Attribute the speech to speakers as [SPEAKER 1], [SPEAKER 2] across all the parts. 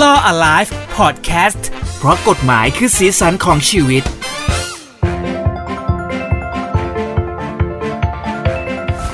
[SPEAKER 1] Law Alive Podcast เพราะกฎหมายคือสีสันของชีวิต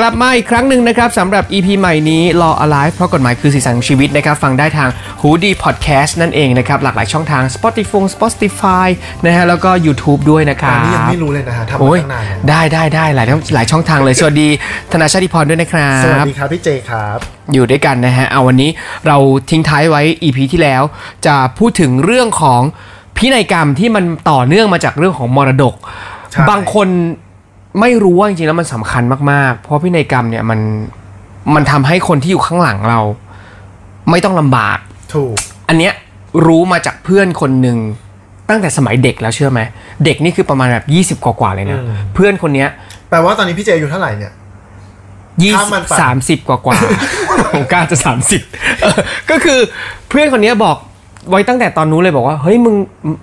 [SPEAKER 2] กลับมาอีกครั้งหนึ่งนะครับสำหรับ EP ใหม่นี้ Law Alive เพราะกฎหมายคือสีสันของชีวิตนะครับ ฟังได้ทาง h o ดีพอดแคสต์นั่นเองนะครับ หลากหลายช่องทาง Spotify Spotify นะฮะแล้วก็ YouTube ด้วยนะครับ
[SPEAKER 3] อันนี้ยังไม่รู้เลยนะฮะทำ
[SPEAKER 2] โอ้
[SPEAKER 3] มาย ตั้งนานแล้ว
[SPEAKER 2] ได้ได้ได้หลายหลายช่องทางเลย สวัสดี ธนาชาติพรด้วยนะครั
[SPEAKER 3] สวัส
[SPEAKER 2] บ
[SPEAKER 3] ดีครับพี่เจครับ
[SPEAKER 2] อยู่ด้วยกันนะฮะเอาวันนี้เราทิ้งท้ายไว้ EP ที่แล้ว จะพูดถึงเรื่องของพินัยกรรมที่มันต่อเนื่องมาจากเรื่องของมรดก
[SPEAKER 3] ใช่
[SPEAKER 2] บางคนไม่รู้ว่าจริงๆแล้วมันสำคัญมากๆ เพราะพินัยกรรมเนี่ยมันมันทำให้คนที่อยู่ข้างหลังเรา ไม่ต้องลำบาก
[SPEAKER 3] ถูก
[SPEAKER 2] อันเนี้ยรู้มาจากเพื่อนคนหนึ่งตั้งแต่สมัยเด็กแล้วเชื่อไหมเด็กนี่คือประมาณแบบ20 กว่าๆเลยนะ
[SPEAKER 3] อืม
[SPEAKER 2] เพื่อนคนเนี้ย
[SPEAKER 3] แปลว่าตอนนี้พี่เจอายู่เท่าไหร่เนี่ย
[SPEAKER 2] ยี่
[SPEAKER 3] ข้ามมันไป
[SPEAKER 2] สามสิบกว่ากว่า ผมกล้าจะสามสิบ ก็คือเพื่อนคนเนี้ยบอกไว้ตั้งแต่ตอนนู้นเลยบอกว่า เฮ้ยมึง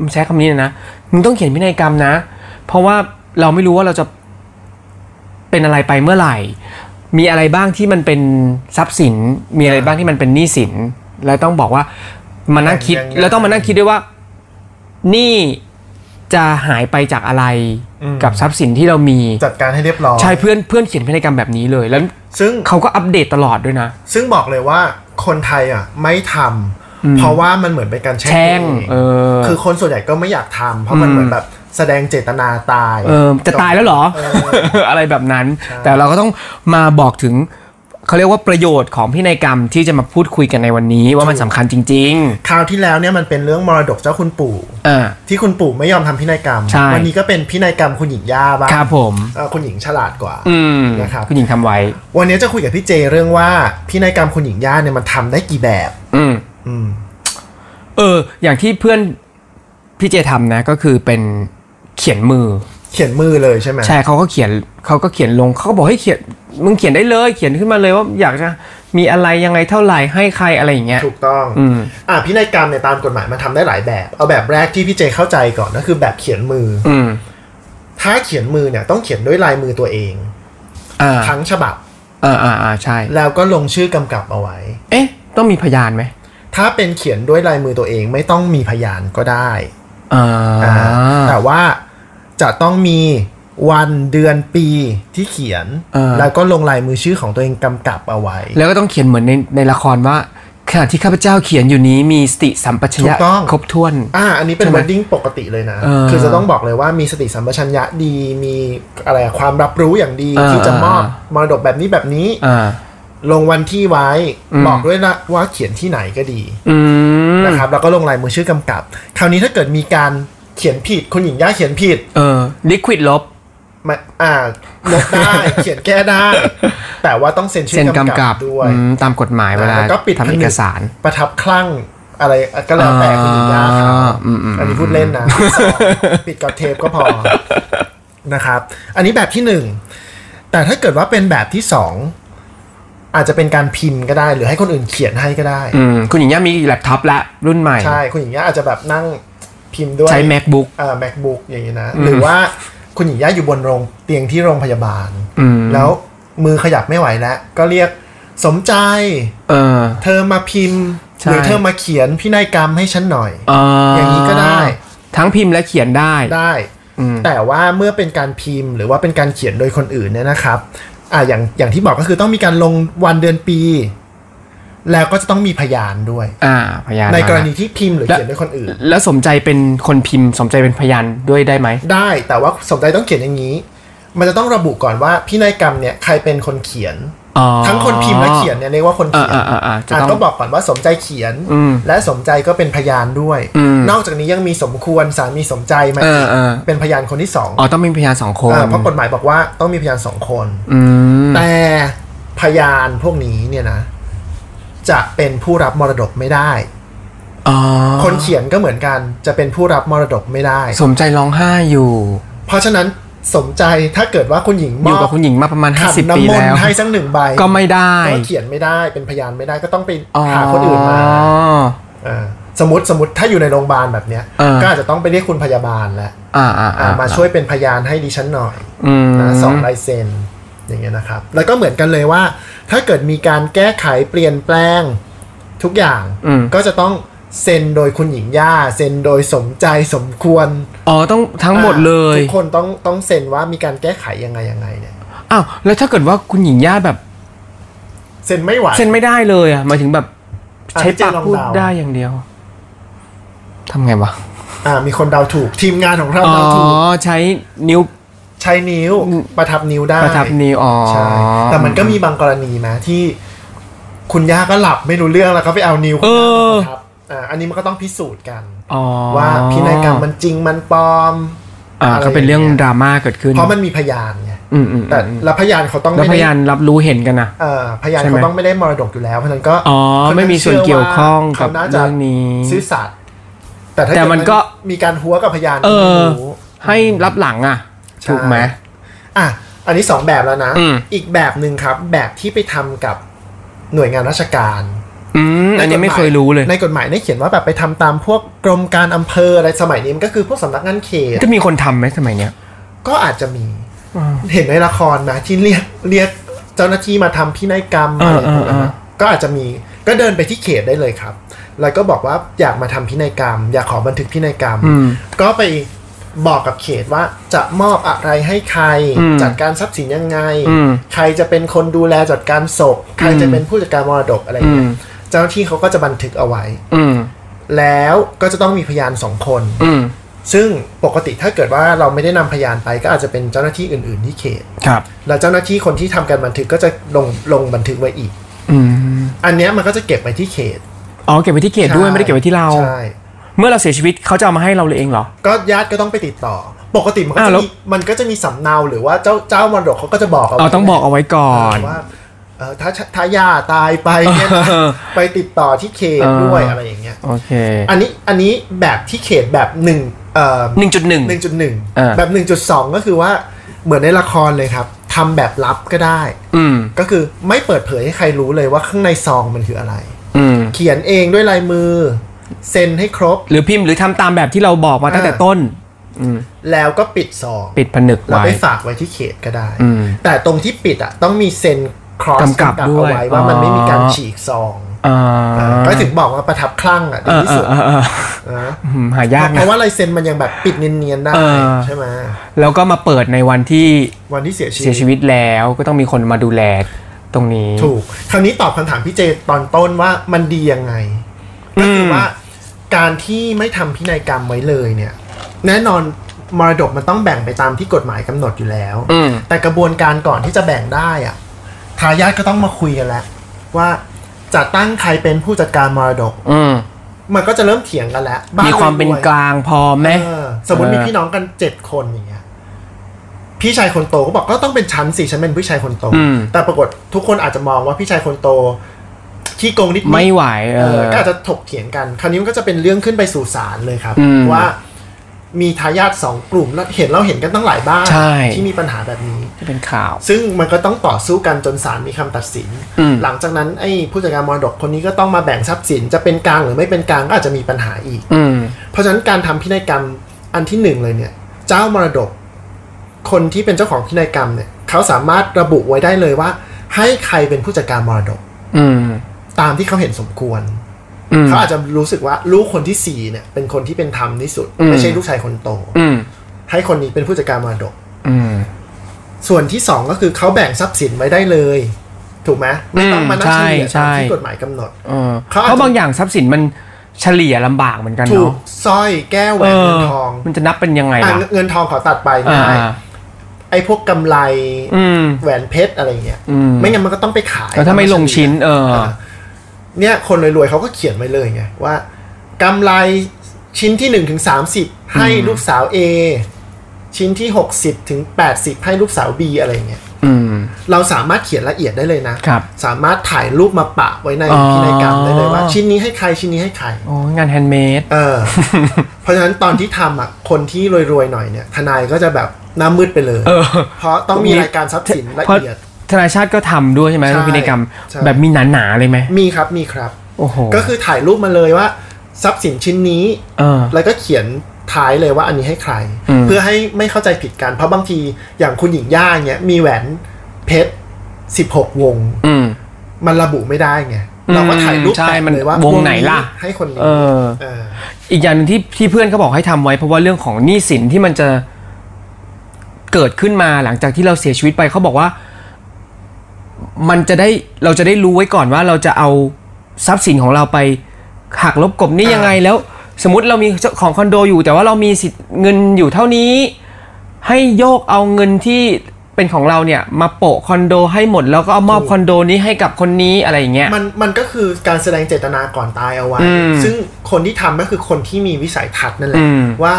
[SPEAKER 2] มึงใช้คำนี้เลยนะ มึงต้องเขียนพินัยกรรมนะ เพราะว่าเราไม่รู้ว่าเราจะเป็นอะไรไปเมื่อไหร่ มีอะไรบ้างที่มันเป็นทรัพย์สิน มีอะไรบ้างที่มันเป็นหนี้สิน แล้วต้องบอกว่ามานั่งคิด
[SPEAKER 3] แบ่งยังไง
[SPEAKER 2] แล้วต้องมานั่งคิดด้วยว่าหนี้จะหายไปจากอะไรกับทรัพย์สินที่เรามี
[SPEAKER 3] จัดการให้เรียบร้อย
[SPEAKER 2] ใช่เพื่อนเพื่อนเขียนพินัยกรรมแบบนี้เลยแล้ว
[SPEAKER 3] ซึ่ง
[SPEAKER 2] เขาก็อัปเดตตลอดด้วยนะ
[SPEAKER 3] ซึ่งบอกเลยว่าคนไทยอ่ะไม่ทำเพราะว่ามันเหมือนเป็นการ
[SPEAKER 2] แช่ง
[SPEAKER 3] ตัวเอ
[SPEAKER 2] เอง อ
[SPEAKER 3] คือคนส่วนใหญ่ก็ไม่อยากทำเพราะมันเหมือนแบบแสดงเจตนาตาย
[SPEAKER 2] เออจะตายแล้วเหรอ อะไรแบบนั้น แต่เราก็ต้องมาบอกถึง เขาเรียกว่าประโยชน์ของพินัยกรรมที่จะมาพูดคุยกันในวันนี้ว่ามันสำคัญจริง
[SPEAKER 3] คราวที่แล้วเนี่ยมันเป็นเรื่องมรดกเจ้าคุณปู่
[SPEAKER 2] ๆ อ่า
[SPEAKER 3] ที่คุณปู่ไม่ยอมทำพินัยกรรม
[SPEAKER 2] ใช่
[SPEAKER 3] วันี้ก็เป็นพินัยกรรมคุณหญิงย่าบ้าง
[SPEAKER 2] ครับผม
[SPEAKER 3] เอ่อคุณหญิงฉลาดกว่า
[SPEAKER 2] อืม
[SPEAKER 3] นะครับ
[SPEAKER 2] คุณหญิงทำไว้
[SPEAKER 3] วันนี้จะคุยกับพี่เจเรื่องว่าพินัยกรรมคุณหญิงย่าเนี่ยมันทำได้กี่แบบ
[SPEAKER 2] อืม
[SPEAKER 3] อืม
[SPEAKER 2] เออ อย่างที่เพื่อนพี่เจทำนะ ก็คือเป็นเขียนมือ
[SPEAKER 3] เขียนมือเลยใช่ไหม
[SPEAKER 2] ใช่เขาก็เขียนเขาก็เขียนลงเขาก็บอกให้เขียนมึงเขียนได้เลย เขียนขึ้นมาเลยว่าอยากจะมีอะไรยังไงเท่าไหร่ให้ใครอะไรอย่างเงี้ย
[SPEAKER 3] ถูกต้อง
[SPEAKER 2] อืม
[SPEAKER 3] อ่าพินัยกรรมเนี่ยตามกฎหมายมันทำได้หลายแบบ เอาแบบแรกที่พี่เจเข้าใจก่อนก็คือแบบเขียนมือ
[SPEAKER 2] อืม
[SPEAKER 3] ถ้าเขียนมือเนี่ยต้องเขียนด้วยลายมือตัวเอง
[SPEAKER 2] อ่า
[SPEAKER 3] ทั้งฉบับ
[SPEAKER 2] อ่าอ่าอ่าใช่
[SPEAKER 3] แล้วก็ลงชื่อกำกับเอาไว้
[SPEAKER 2] เอ๊ะ ต้องมีพยานไหม
[SPEAKER 3] ถ้าเป็นเขียนด้วยลายมือตัวเองไม่ต้องมีพยานก็ได้
[SPEAKER 2] อ่า
[SPEAKER 3] อ่าแต่ว่าจะต้องมีวันเดือนปีที่เขียน แล้วก็ลงลายมือชื่อของตัวเองกำกับเอาไว้
[SPEAKER 2] แล้วก็ต้องเขียนเหมือนในในละครว่าขณะที่ข้าพเจ้าเขียนอยู่นี้มีสติสัมปชัญญะ
[SPEAKER 3] ถูกต้อง
[SPEAKER 2] ครบถ้วน
[SPEAKER 3] อ่า อันนี้เป็น
[SPEAKER 2] ใช่ไหม
[SPEAKER 3] ว e ดดิ้งปกติเลยนะ
[SPEAKER 2] เออ
[SPEAKER 3] คือจะต้องบอกเลยว่ามีสติสัมปชัญญะดี มีอะไรอะความรับรู้อย่างดี
[SPEAKER 2] เออ
[SPEAKER 3] ที่จะมอบ
[SPEAKER 2] เออ
[SPEAKER 3] มรดกแบบนี้แบบนี้
[SPEAKER 2] อ่า
[SPEAKER 3] ลงวันที่ไว้
[SPEAKER 2] อืม
[SPEAKER 3] บอกด้วยนะว่าเขียนที่ไหนก็ดี
[SPEAKER 2] อืม
[SPEAKER 3] นะครับ แล้วก็ลงลายมือชื่อกำกับ คราวนี้ถ้าเกิดมีการเขียนผิดคุณหญิงย่าเขียนผิด
[SPEAKER 2] เออลิควิดลบ
[SPEAKER 3] มาอ่าลบได้ เขียนแก้ได้ แต่ว่าต้องเซ็นชื่
[SPEAKER 2] เซ็
[SPEAKER 3] อก
[SPEAKER 2] นำ
[SPEAKER 3] กำ
[SPEAKER 2] กั
[SPEAKER 3] กั
[SPEAKER 2] บบ
[SPEAKER 3] ด้วย
[SPEAKER 2] อืมตามกฎหมายเวลา
[SPEAKER 3] แล้วก็ปิด
[SPEAKER 2] ทำเอกสาร
[SPEAKER 3] ประทับคลั่งอะไรก็แล้วแต่คุณหญิงยาครั
[SPEAKER 2] อ่า
[SPEAKER 3] บ
[SPEAKER 2] อืมอืม
[SPEAKER 3] อันนี้พูดเล่นนะ ปิดกับเทปก็พอนะครับ อันนี้แบบที่หนึ่ง แต่ถ้าเกิดว่าเป็นแบบที่สอง อาจจะเป็นการพิมพ์ก็ได้ หรือให้คนอื่นเขียนให้ก็ได้
[SPEAKER 2] อืมคุณหญิงย่ามีแล็ปท็อปละรุ่นใหม่
[SPEAKER 3] ใช่คุณหญิงยาอาจจะแบบนั่งพิมพ์ด้วย
[SPEAKER 2] ใช้ macbook
[SPEAKER 3] เอ่อ macbook อย่างนี้นะ หรือว่าคุณหญิงยาอยู่บนโรงเตียงที่โรงพยาบาล
[SPEAKER 2] อืม
[SPEAKER 3] แล้วมือขยับไม่ไหวแล้วก็เรียกสมใจ
[SPEAKER 2] เออ
[SPEAKER 3] เธอมาพิมพ์
[SPEAKER 2] ใช่
[SPEAKER 3] หรือเธอมาเขียนพินัยกรรมให้ฉันหน่อย
[SPEAKER 2] อ่
[SPEAKER 3] อย่างนี้ก็ได้
[SPEAKER 2] ทั้งพิมพ์และเขียนได้
[SPEAKER 3] ได้
[SPEAKER 2] อืม
[SPEAKER 3] แต่ว่าเมื่อเป็นการพิมพ์หรือว่าเป็นการเขียนโดยคนอื่นเนี่ยนะครับอ่าอย่างอย่างที่บอกก็คือต้องมีการลงวันเดือนปี แล้วก็จะต้องมีพยานด้วย
[SPEAKER 2] อ่าพยาน
[SPEAKER 3] ในกร
[SPEAKER 2] มาะ
[SPEAKER 3] ณีที่พิมพ์หรือเขียนโดยคนอื่น
[SPEAKER 2] แล้วสมใจเป็นคนพิมพ์ สมใจเป็นพยานด้วยได้ไหม
[SPEAKER 3] ได้แต่ว่าสมใจต้องเขียนอย่างนี้ มันจะต้องระบุก่อนว่าพินัยกรรมเนี่ยใครเป็นคนเขียน
[SPEAKER 2] อ๋อ
[SPEAKER 3] ทั้งคนพิมพ์และเขียนเนี่ยเรียกว่าคนเขียน
[SPEAKER 2] อ่าอ่าอ่าจะ
[SPEAKER 3] อ่ะ
[SPEAKER 2] ต้อง
[SPEAKER 3] ต้องบอกก่อนว่าสมใจเขียน
[SPEAKER 2] อืม
[SPEAKER 3] และสมใจก็เป็นพยานด้วย
[SPEAKER 2] อืม
[SPEAKER 3] นอกจากนี้ยังมีสมควรสามีสมใจมา
[SPEAKER 2] เอ
[SPEAKER 3] อี
[SPEAKER 2] อก เออ
[SPEAKER 3] เป็นพยานคนที่สอง
[SPEAKER 2] อ๋อต้องมีพยานสองคน
[SPEAKER 3] อ่าเพราะกฎหมายบอกว่าต้องมีพยานสองคน
[SPEAKER 2] อืม
[SPEAKER 3] แต่พยานพวกนี้เนี่ยนะ จะเป็นผู้รับมรดกไม่ได้
[SPEAKER 2] อ๋อ
[SPEAKER 3] คนเขียนก็เหมือนกัน จะเป็นผู้รับมรดกไม่ได้
[SPEAKER 2] สมใจร้องไห้อยู่
[SPEAKER 3] เพราะฉะนั้นสมใจถ้าเกิดว่าคุณหญิงม
[SPEAKER 2] อยู่
[SPEAKER 3] อ
[SPEAKER 2] กับบ คุณหญิงมาประมาณ
[SPEAKER 3] ขั
[SPEAKER 2] 50
[SPEAKER 3] น
[SPEAKER 2] ปี
[SPEAKER 3] น้ำมน
[SPEAKER 2] แล้ว
[SPEAKER 3] ต์ให้สักหนึ่งใบ
[SPEAKER 2] ก็ไม่ได้
[SPEAKER 3] ก็เขียนไม่ได้ เป็นพยานไม่ได้ก็ต้องไปหาคนอื่นมา อ่าสมมติสมมติถ้าอยู่ในโรงพยาบาลแบบเนี้ย
[SPEAKER 2] เออ
[SPEAKER 3] ก็อาจจะต้องไปเรียกคุณพยาบาลแล้ว
[SPEAKER 2] อ่าอ่า
[SPEAKER 3] อ่ามาช่วยเป็นพยานให้ดิฉันหน่อย
[SPEAKER 2] อืม
[SPEAKER 3] นะสองลายเซ็นอย่างเงี้ยนะครับ แล้วก็เหมือนกันเลยว่า ถ้าเกิดมีการแก้ไขเปลี่ยนแปลงทุกอย่าง ก็จะต้อง เซ็นโดยคุณหญิงย่า เซ็นโดยสมใจสมควร
[SPEAKER 2] อ๋อต้องทั้งหมดเลย
[SPEAKER 3] ทุกคนต้องต้องเซ็นว่ามีการแก้ไขยังไงยังไงเนี่ย
[SPEAKER 2] อ้าว แล้วถ้าเกิดว่าคุณหญิงย่าแบบ
[SPEAKER 3] เซ็นไม่ไหว
[SPEAKER 2] เซ็นไม่ได้เลยอ่ะหมายถึงแบบ
[SPEAKER 3] อ่ะ
[SPEAKER 2] ใช้
[SPEAKER 3] พี่เจน
[SPEAKER 2] ปาก
[SPEAKER 3] ลอง
[SPEAKER 2] พูด
[SPEAKER 3] เดา
[SPEAKER 2] ได้อย่างเดียวทำไงวะ
[SPEAKER 3] อ่ามีคนเดาถูกทีมงานของเรา
[SPEAKER 2] อ๋อ
[SPEAKER 3] เดาถูก
[SPEAKER 2] ใช้นิ้ว
[SPEAKER 3] ใช้นิ้วประทับนิ้วได้
[SPEAKER 2] ประทับนิ้วอ๋อ
[SPEAKER 3] ใช่แต่มันก็มีบางกรณีนะที่คุณย่าก็หลับไม่รู้เรื่องแล้วก็ไปเอานิ้วคุณย่ามาประทับอ่าอันนี้มันก็ต้องพิสูจน์กัน
[SPEAKER 2] อ๋อ
[SPEAKER 3] ว่าพินัยกรรมมันจริงมันปลอม
[SPEAKER 2] อ่า
[SPEAKER 3] อะไร
[SPEAKER 2] ก็เป็นเรื่องดราม่าเกิดขึ้น
[SPEAKER 3] เพราะมันมีพยานไง
[SPEAKER 2] อืมอืม
[SPEAKER 3] แต่แล้วพยานเขาต้อง
[SPEAKER 2] แล้ว
[SPEAKER 3] ไม่
[SPEAKER 2] พ
[SPEAKER 3] ได้
[SPEAKER 2] ยานรับรู้เห็นกันนะ
[SPEAKER 3] เอ่อพยาน
[SPEAKER 2] ใช่ไหม
[SPEAKER 3] เขาต้องไม่ได้มรดกอยู่แล้วเพราะฉะนั้นก็
[SPEAKER 2] อ๋อไม่มีส่วนเกี่ยวข้องกับ
[SPEAKER 3] ขาน่าจะ
[SPEAKER 2] เรื่องนี้
[SPEAKER 3] ซื่อสัตย์แต่ถ้า
[SPEAKER 2] แต่
[SPEAKER 3] เกิด
[SPEAKER 2] มันก็
[SPEAKER 3] มีการหัวกับพยาน
[SPEAKER 2] เอ
[SPEAKER 3] ก็
[SPEAKER 2] อ
[SPEAKER 3] ไม่รู้
[SPEAKER 2] ให้รับหลังอ่ะ
[SPEAKER 3] ใช่
[SPEAKER 2] ถูกไหม
[SPEAKER 3] อ่ะอันนี้สองแบบแล้วนะ
[SPEAKER 2] อืม
[SPEAKER 3] อีกแบบหนึ่งครับ แบบที่ไปทำกับหน่วยงานราชการ
[SPEAKER 2] อืมอันนี้ไม่เคยรู้เลย
[SPEAKER 3] ในกฎหมายได้เขียนว่าแบบไปทำตามพวกกรมการอำเภออะไรสมัยนี้มันก็คือพวกสำนักงานเขต
[SPEAKER 2] จะมีคนทำไหมสมัยเนี้ย
[SPEAKER 3] ก็อาจจะมี เห็นในละครนะที่เรียกเรียกเจ้าหน้าที่มาทำพินัยกรรมอะไรพวกนั้น
[SPEAKER 2] อ่า
[SPEAKER 3] นะก็อาจจะมีก็เดินไปที่เขตได้เลยครับ แล้วก็บอกว่าอยากมาทำพินัยกรรม อยากขอบันทึกพินัยกรรม ก็ไปบอกกับเขตว่าจะมอบอะไรให้ใคร จัดการทรัพย์สินยังไง ใครจะเป็นคนดูแลจัดการศพ ใครจะเป็นผู้จัดการมรดกอะไรอย่างเงี้ยเจ้าหน้าที่เขาก็จะบันทึกเอาไว้
[SPEAKER 2] อืม
[SPEAKER 3] แล้วก็จะต้องมีพยานสองคน
[SPEAKER 2] อืม
[SPEAKER 3] ซึ่งปกติถ้าเกิดว่าเราไม่ได้นำพยานไปก็อาจจะเป็นเจ้าหน้าที่อื่น ๆ ที่เขต
[SPEAKER 2] ครับ
[SPEAKER 3] แล้วเจ้าหน้าที่คนที่ทำการบันทึกก็จะลงลงบันทึกไว้อีก
[SPEAKER 2] อืม
[SPEAKER 3] อันเนี้ยมันก็จะเก็บไว้ที่เขต
[SPEAKER 2] อ๋อเก็บไว้ที่เขตด้วย
[SPEAKER 3] ใช่
[SPEAKER 2] ไม่ได้เก็บไว้ที่เรา
[SPEAKER 3] ใช่
[SPEAKER 2] เมื่อเราเสียชีวิตเขาจะเอามาให้เราเลยเองเหรอ
[SPEAKER 3] ก็ญาติก็ต้องไปติดต่อ ปกติมันก็
[SPEAKER 2] อ้าว
[SPEAKER 3] จะ
[SPEAKER 2] แล้ว
[SPEAKER 3] มีมันก็จะมีสำเนาหรือว่าเจ้าเจ้ามรดกเขาก็จะบอกเอา
[SPEAKER 2] เอาต้องบอกเอาไว้ก่อน
[SPEAKER 3] ว่าเออถ้าถ้าญาตายไปเนี่ย
[SPEAKER 2] เออ
[SPEAKER 3] ไปติดต่อที่เขต
[SPEAKER 2] เออ
[SPEAKER 3] ด้วยอะไรอย่างเงี้ย
[SPEAKER 2] โอเค
[SPEAKER 3] อันนี้อันนี้แบบที่เขตแบบหนึ่งเอ่อ
[SPEAKER 2] หนึ่งจุดหนึ่ง
[SPEAKER 3] หนึ่งจุดหนึ่ง
[SPEAKER 2] อ่า
[SPEAKER 3] แบบหนึ่งจุดสองก็คือว่าเหมือนในละครเลยครับทำแบบลับก็ได้
[SPEAKER 2] อืม
[SPEAKER 3] ก็คือไม่เปิดเผยให้ใครรู้เลยว่าข้างในซองมันคืออะไร
[SPEAKER 2] อืม
[SPEAKER 3] เขียนเองด้วยลายมือ เซ็นให้ครบ
[SPEAKER 2] หรือพิมพ์หรือทำตามแบบที่เราบอกมาตั้งแต่ต้น
[SPEAKER 3] แล้วก็ปิดซอง
[SPEAKER 2] ปิดผนึก
[SPEAKER 3] แล้ว
[SPEAKER 2] ไว้
[SPEAKER 3] ไปฝากไว้ที่เขตก็ได้
[SPEAKER 2] อืม
[SPEAKER 3] แต่ตรงที่ปิดอ่ะต้องมีเซ็นครอส
[SPEAKER 2] กำกับด้
[SPEAKER 3] เอา
[SPEAKER 2] วย
[SPEAKER 3] ไว้ว่ามันไม่มีการ
[SPEAKER 2] อ๋อ
[SPEAKER 3] ฉีกซอง
[SPEAKER 2] อ่า
[SPEAKER 3] ก็ถึงบอกว่าประทับคลั่งอ่ะดี
[SPEAKER 2] เออ
[SPEAKER 3] ที่
[SPEAKER 2] เอ
[SPEAKER 3] สุ
[SPEAKER 2] อ
[SPEAKER 3] ด
[SPEAKER 2] เออเออ
[SPEAKER 3] นะ
[SPEAKER 2] อืมหายาก
[SPEAKER 3] เพ
[SPEAKER 2] นะ
[SPEAKER 3] ราะว่าลายเซ็นมันยังแบบปิดเนียนๆได้
[SPEAKER 2] เออ
[SPEAKER 3] ใช่ไหม
[SPEAKER 2] แล้วก็มาเปิดในวันที่
[SPEAKER 3] วันที่เสียชี
[SPEAKER 2] เสีย
[SPEAKER 3] วิต
[SPEAKER 2] ชีวิตแล้วก็ต้องมีคนมาดูแลตรงนี้
[SPEAKER 3] ถูก คราวนี้ตอบคำถามพี่เจตอนต้นว่ามันดียังไง ก็คือว่าการที่ไม่ทำพินัยกรรมไว้เลยเนี่ย แน่นอนมรดกมันต้องแบ่งไปตามที่กฎหมายกำหนดอยู่แล้ว
[SPEAKER 2] อืม
[SPEAKER 3] แต่กระบวนการก่อนที่จะแบ่งได้อะทายาทก็ต้องมาคุยกันแล้ว ว่าจะตั้งใครเป็นผู้จัดการมรดก
[SPEAKER 2] อืม
[SPEAKER 3] มันก็จะเริ่มเถียงกันแล้วบ้
[SPEAKER 2] มีความ
[SPEAKER 3] รย
[SPEAKER 2] เป็นกลางพอไหม
[SPEAKER 3] เออสมมติมี
[SPEAKER 2] เออ
[SPEAKER 3] พี่น้องกันเจ็ดคนอย่างเงี้ยพี่ชายคนโตก็บอกก็ต้องเป็นฉันสิฉันเป็นพี่ชายคนโต
[SPEAKER 2] อืม
[SPEAKER 3] แต่ปรากฏทุกคนอาจจะมองว่าพี่ชายคนโตขี้โกงนิดๆ
[SPEAKER 2] ไม่ไหวเอ
[SPEAKER 3] เอ
[SPEAKER 2] อ
[SPEAKER 3] อก็อาจจะถกเถียงกัน คราวนี้มันก็จะเป็นเรื่องขึ้นไปสู่ศาลเลยครับ
[SPEAKER 2] อืม
[SPEAKER 3] ว่ามีทายาทสองกลุ่มแล้วเห็นเราเห็นกันตั้งหลายบ้าน
[SPEAKER 2] ใช่
[SPEAKER 3] ที่มีปัญหาแบบนี้
[SPEAKER 2] ที่เป็นข่าว
[SPEAKER 3] ซึ่งมันก็ต้องต่อสู้กันจนศาลมีคำตัดสิน
[SPEAKER 2] อืม
[SPEAKER 3] หลังจากนั้นไอ้ผู้จัดการมรดกคนนี้ก็ต้องมาแบ่งทรัพย์สิน จะเป็นกลางหรือไม่เป็นกลางก็อาจจะมีปัญหาอีก
[SPEAKER 2] อืม
[SPEAKER 3] เพราะฉะนั้นการทำพินัยกรรมอันที่หนึ่งเลยเนี่ย เจ้ามรดก คนที่เป็นเจ้าของพินัยกรรมเนี่ยเขาสามารถระบุไว้ได้เลยว่า ให้ใครเป็นผู้จัดการมรดก
[SPEAKER 2] อืม
[SPEAKER 3] ตามที่เขาเห็นสมควร
[SPEAKER 2] อืม
[SPEAKER 3] เขาอาจจะรู้สึกว่าลูกคนที่สี่เนี่ย เป็นคนที่เป็นธรรมที่สุด
[SPEAKER 2] อืม
[SPEAKER 3] ไม่ใช่ลูกชายคนโต
[SPEAKER 2] อืม
[SPEAKER 3] ให้คนนี้เป็นผู้จัดการมรดก
[SPEAKER 2] อืม
[SPEAKER 3] ส่วนที่สองก็คือเขาแบ่งทรัพย์สินไว้ได้เลย ถูกไหมไม่ต้องมานั่งเฉลี่ย
[SPEAKER 2] ใช่
[SPEAKER 3] ตา
[SPEAKER 2] ใช่
[SPEAKER 3] มที่กฎหมายกำหนด
[SPEAKER 2] เออ
[SPEAKER 3] เขาอาจจะ
[SPEAKER 2] เพราะบางอย่างทรัพย์สินมันเฉลี่ยลำบากเหมือนกัน
[SPEAKER 3] ถูก
[SPEAKER 2] เนาะ
[SPEAKER 3] สร้อยแก้วแหวนเงินทอง
[SPEAKER 2] มันจะนับเป็นยังไง
[SPEAKER 3] อ่ะ
[SPEAKER 2] ล่ะ
[SPEAKER 3] เงินทองขอตัดไป
[SPEAKER 2] อ่า
[SPEAKER 3] ได้ไอ้พวกกำไร
[SPEAKER 2] อืม
[SPEAKER 3] แหวนเพชรอะไรเงี้ย
[SPEAKER 2] อืม
[SPEAKER 3] ไม่งั้นมันก็ต้องไปขาย
[SPEAKER 2] แล้วถ้าไม่ลงชิ้น เออ
[SPEAKER 3] เนี่ย คนรวยๆเขาก็เขียนไว้เลยไงว่ากำไรชิ้นที่หนึ่งถึงสามสิบให้ลูกสาว A ชิ้นที่หกสิบถึงแปดสิบให้ลูกสาว B อะไรเงี้ย
[SPEAKER 2] อืม
[SPEAKER 3] เราสามารถเขียนละเอียดได้เลยนะ
[SPEAKER 2] ครับ
[SPEAKER 3] สามารถถ่ายรูปมาปะไว้ใน
[SPEAKER 2] อ๋อ
[SPEAKER 3] พินัยกรรมได้เลยว่า ชิ้นนี้ให้ใครชิ้นนี้ให้ใคร
[SPEAKER 2] โอ้ยงานแฮนด์เมด
[SPEAKER 3] เอ อ เพราะฉะนั้นตอนที่ทำอ่ะ คนที่รวยๆหน่อยเนี่ย ทนายก็จะแบบหน้ามืดไปเลย
[SPEAKER 2] เออ
[SPEAKER 3] เพราะต้องมีรายการทรัพย์สินละ
[SPEAKER 2] เพราะ
[SPEAKER 3] เอียด
[SPEAKER 2] ธนาชาติก็ทำด้วยใช่ไหม
[SPEAKER 3] ใช่
[SPEAKER 2] เรื่องพินัยกรรม
[SPEAKER 3] ใช่
[SPEAKER 2] แบบมีหนาๆเลยไหม
[SPEAKER 3] มีครับมีครับ
[SPEAKER 2] โอ้โห
[SPEAKER 3] ก็คือถ่ายรูปมาเลยว่าทรัพย์สินชิ้นนี้
[SPEAKER 2] เออ
[SPEAKER 3] แล้วก็เขียนท้ายเลยว่าอันนี้ให้ใคร
[SPEAKER 2] อืม
[SPEAKER 3] เพื่อให้ไม่เข้าใจผิดกัน เพราะบางทีอย่างคุณหญิงย่าเนี่ยมีแหวนเพชร 16 วง
[SPEAKER 2] อืม
[SPEAKER 3] มันระบุไม่ได้ไง เราก็ถ่ายรูป
[SPEAKER 2] ใช่
[SPEAKER 3] แปะ
[SPEAKER 2] มัน
[SPEAKER 3] เลยว่าว
[SPEAKER 2] งไหนล่ะ
[SPEAKER 3] ให้คนนี้
[SPEAKER 2] เออ
[SPEAKER 3] เออ
[SPEAKER 2] อีกอย่างหนึงที่ที่เพื่อนเขาบอกให้ทำไว้เพราะว่าเรื่องของหนี้สินที่มันจะเกิดขึ้นมาหลังจากที่เราเสียชีวิตไปเขาบอกว่า มันจะได้เราจะได้รู้ไว้ก่อนว่าเราจะเอาทรัพย์สินของเราไปหักลบกลบหนี้
[SPEAKER 3] อ่ายั
[SPEAKER 2] ยังไงแล้ว สมมติเรามีเจ้าของคอนโดอยู่ แต่ว่าเรามีสิทธิ์เงินอยู่เท่านี้ ให้โยกเอาเงินที่เป็นของเราเนี่ย มาโปะคอนโดให้หมดแล้วก็เอามอบคอนโดนี้ให้กับคนนี้อะไรอย่างเงี้ย
[SPEAKER 3] มันมันก็คือการแสดงเจตนาก่อนตายเอาไว้
[SPEAKER 2] อืม
[SPEAKER 3] ซึ่งคนที่ทำก็คือคนที่มีวิสัยทัศน์นั่นแหละ
[SPEAKER 2] อืม
[SPEAKER 3] ว่า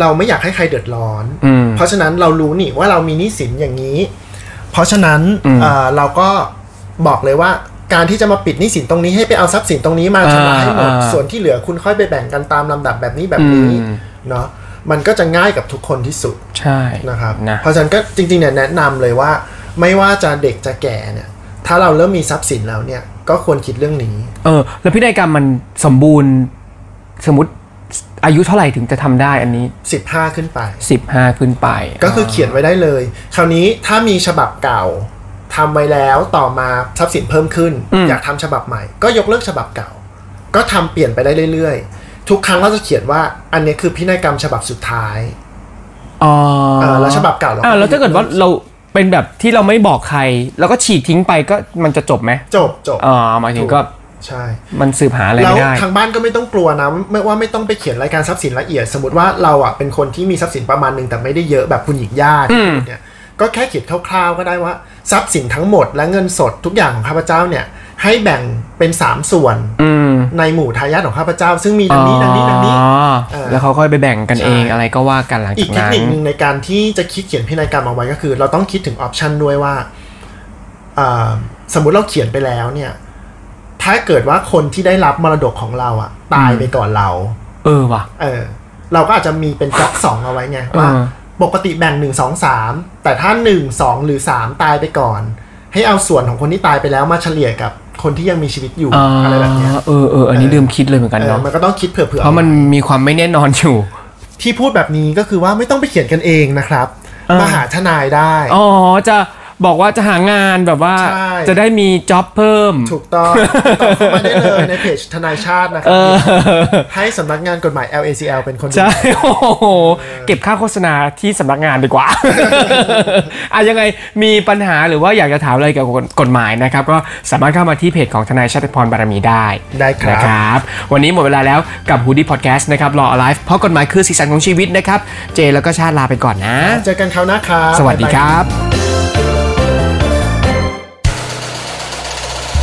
[SPEAKER 3] เราไม่อยากให้ใครเดือดร้อน
[SPEAKER 2] อืม
[SPEAKER 3] เพราะฉะนั้นเรารู้นี่ว่าเรามีหนี้สินอย่างนี้ เพราะฉะนั้น
[SPEAKER 2] อืม
[SPEAKER 3] เอ่อเราก็บอกเลยว่าการที่จะมาปิดหนี้สินตรงนี้ให้ไปเอาทรัพย์สินตรงนี้มาชำระให้หมด
[SPEAKER 2] อ่า
[SPEAKER 3] ส่วนที่เหลือคุณค่อยไปแบ่งกันตามลำดับแบบนี้แบบนี้
[SPEAKER 2] อืม
[SPEAKER 3] เนาะมันก็จะง่ายกับทุกคนที่สุด
[SPEAKER 2] ใช่
[SPEAKER 3] นะครับ
[SPEAKER 2] นะ
[SPEAKER 3] เพราะฉะนั้นก็จริงๆเนี่ยแนะนำเลยว่า ไม่ว่าจะเด็กจะแก่เนี่ย ถ้าเราเริ่มมีทรัพย์สินแล้วเนี่ย ก็ควรคิดเรื่องนี้
[SPEAKER 2] เออแล้วพินัยกรรมมันสมบูรณ์ สมมติอายุเท่าไหร่ถึงจะทำได้อันนี้
[SPEAKER 3] 15 ขึ้นไป
[SPEAKER 2] 15 ขึ้นไป
[SPEAKER 3] ก็คือเขียนไว้ได้เลย คราวนี้ถ้ามีฉบับเก่าทำไว้แล้วต่อมาทรัพย์สินเพิ่มขึ้น อยากทำฉบับใหม่ ก็ยกเลิกฉบับเก่า ก็ทำเปลี่ยนไปได้เรื่อยๆ ทุกครั้งเราจะเขียนว่าอันเนี้ยคือพินัยกรรมฉบับสุดท้าย
[SPEAKER 2] อ๋อ
[SPEAKER 3] เออแล้วฉบับเก่าเรา
[SPEAKER 2] อ่าแล้วถ้าเกิดว่าเราเป็นแบบที่เราไม่บอกใคร แล้วก็ฉีกทิ้งไปก็มันจะจบไหม
[SPEAKER 3] จบจบ
[SPEAKER 2] อ๋อหมายถึงก็
[SPEAKER 3] ใช่
[SPEAKER 2] มันสืบหาอะไร
[SPEAKER 3] แล้ว
[SPEAKER 2] ไม่ได้
[SPEAKER 3] ทางบ้านก็ไม่ต้องกลัวนะไม่ว่าไม่ต้องไปเขียนรายการทรัพย์สินละเอียด สมมติว่าเราอ่ะเป็นคนที่มีทรัพย์สินประมาณหนึ่งแต่ไม่ได้เยอะแบบคุณหญิงญาติเนี่ยก็แค่เขียนคร่าวๆ ก็ได้ว่าทรัพย์สินทั้งหมดและเงินสดทุกอย่างของข้าพเจ้าเนี่ยให้แบ่งเป็น 3 ส่วน
[SPEAKER 2] อืม
[SPEAKER 3] ในหมู่ทายาทของข้าพเจ้า ซึ่งมีดังนี้ดังนี้ดังนี้
[SPEAKER 2] อ๋อ
[SPEAKER 3] เออ
[SPEAKER 2] แล้วเขาค่อยไปแบ่งกัน
[SPEAKER 3] ใช่
[SPEAKER 2] เองอะไรก็ว่ากันหลัง
[SPEAKER 3] อี
[SPEAKER 2] จาก กนั้
[SPEAKER 3] เทค
[SPEAKER 2] น
[SPEAKER 3] นิคหนึ่งในการที่จะคิดเขียนพินัยกรรมเอาไว้ก็คือ เราต้องคิดถึงออปชันด้วยว่าอ่าสมมุติเราเขียนไปแล้วเนี่ยถ้าเกิดว่าคนที่ได้รับมรดกของเราอ่ะตายไปก่อนเรา
[SPEAKER 2] เออว่ะ
[SPEAKER 3] เออเราก็อาจจะมีเป็นจ็อกสองเอาไว้ไงว่า
[SPEAKER 2] เออ
[SPEAKER 3] ปกติแบ่งหนึ่งสองสามแต่ถ้าหนึ่งสองหรือสามตายไปก่อน ให้เอาส่วนของคนที่ตายไปแล้วมาเฉลี่ยกับคนที่ยังมีชีวิตอยู่
[SPEAKER 2] อ่า
[SPEAKER 3] อะไรแบบเนี้ย
[SPEAKER 2] เออเอออันนี้ลืมคิดเลยเหมือนกัน
[SPEAKER 3] เออ
[SPEAKER 2] เนาะ
[SPEAKER 3] มันก็ต้องคิดเผื่อ
[SPEAKER 2] เพราะ
[SPEAKER 3] ๆ
[SPEAKER 2] มันมีความไม่แน่นอนอยู่
[SPEAKER 3] ที่พูดแบบนี้ก็คือว่าไม่ต้องไปเขียนกันเองนะครับ
[SPEAKER 2] เออ
[SPEAKER 3] มาหาทนายได้
[SPEAKER 2] อ๋อ จะบอกว่าจะหางานแบบว่า
[SPEAKER 3] ใช่
[SPEAKER 2] จะได้มีจ็อบเพิ่ม
[SPEAKER 3] ถูก ต้องติดต่อเข้ามาได้เลยในเพจทนายชาตินะครั
[SPEAKER 2] เอบอ
[SPEAKER 3] ให้สำนักงานกฎหมาย LACL เป็นคนดู
[SPEAKER 2] ใช่ โอ้โห เก็บค่าโฆษณาที่สำนักงานดี กว่า อ่ะยังไงมีปัญหาหรือว่าอยากจะถามอะไรเกี่ยวกับกฎหมายนะครับ ก็สามารถเข้ามาที่เพจของทนายชาติพรบารมีได้
[SPEAKER 3] ได้ค
[SPEAKER 2] นะ
[SPEAKER 3] รับ
[SPEAKER 2] ครับ วันนี้หมดเวลาแล้วกับ h o ดี้พอดแคสต์นะครับรอ alive เพราะกฎหมายคือสีสันของชีวิตนะครับ เจแล้วก็ชาติลาไปก่อนนะ
[SPEAKER 3] เจอกันคราวหน้าครับ
[SPEAKER 2] สวัสดีครับ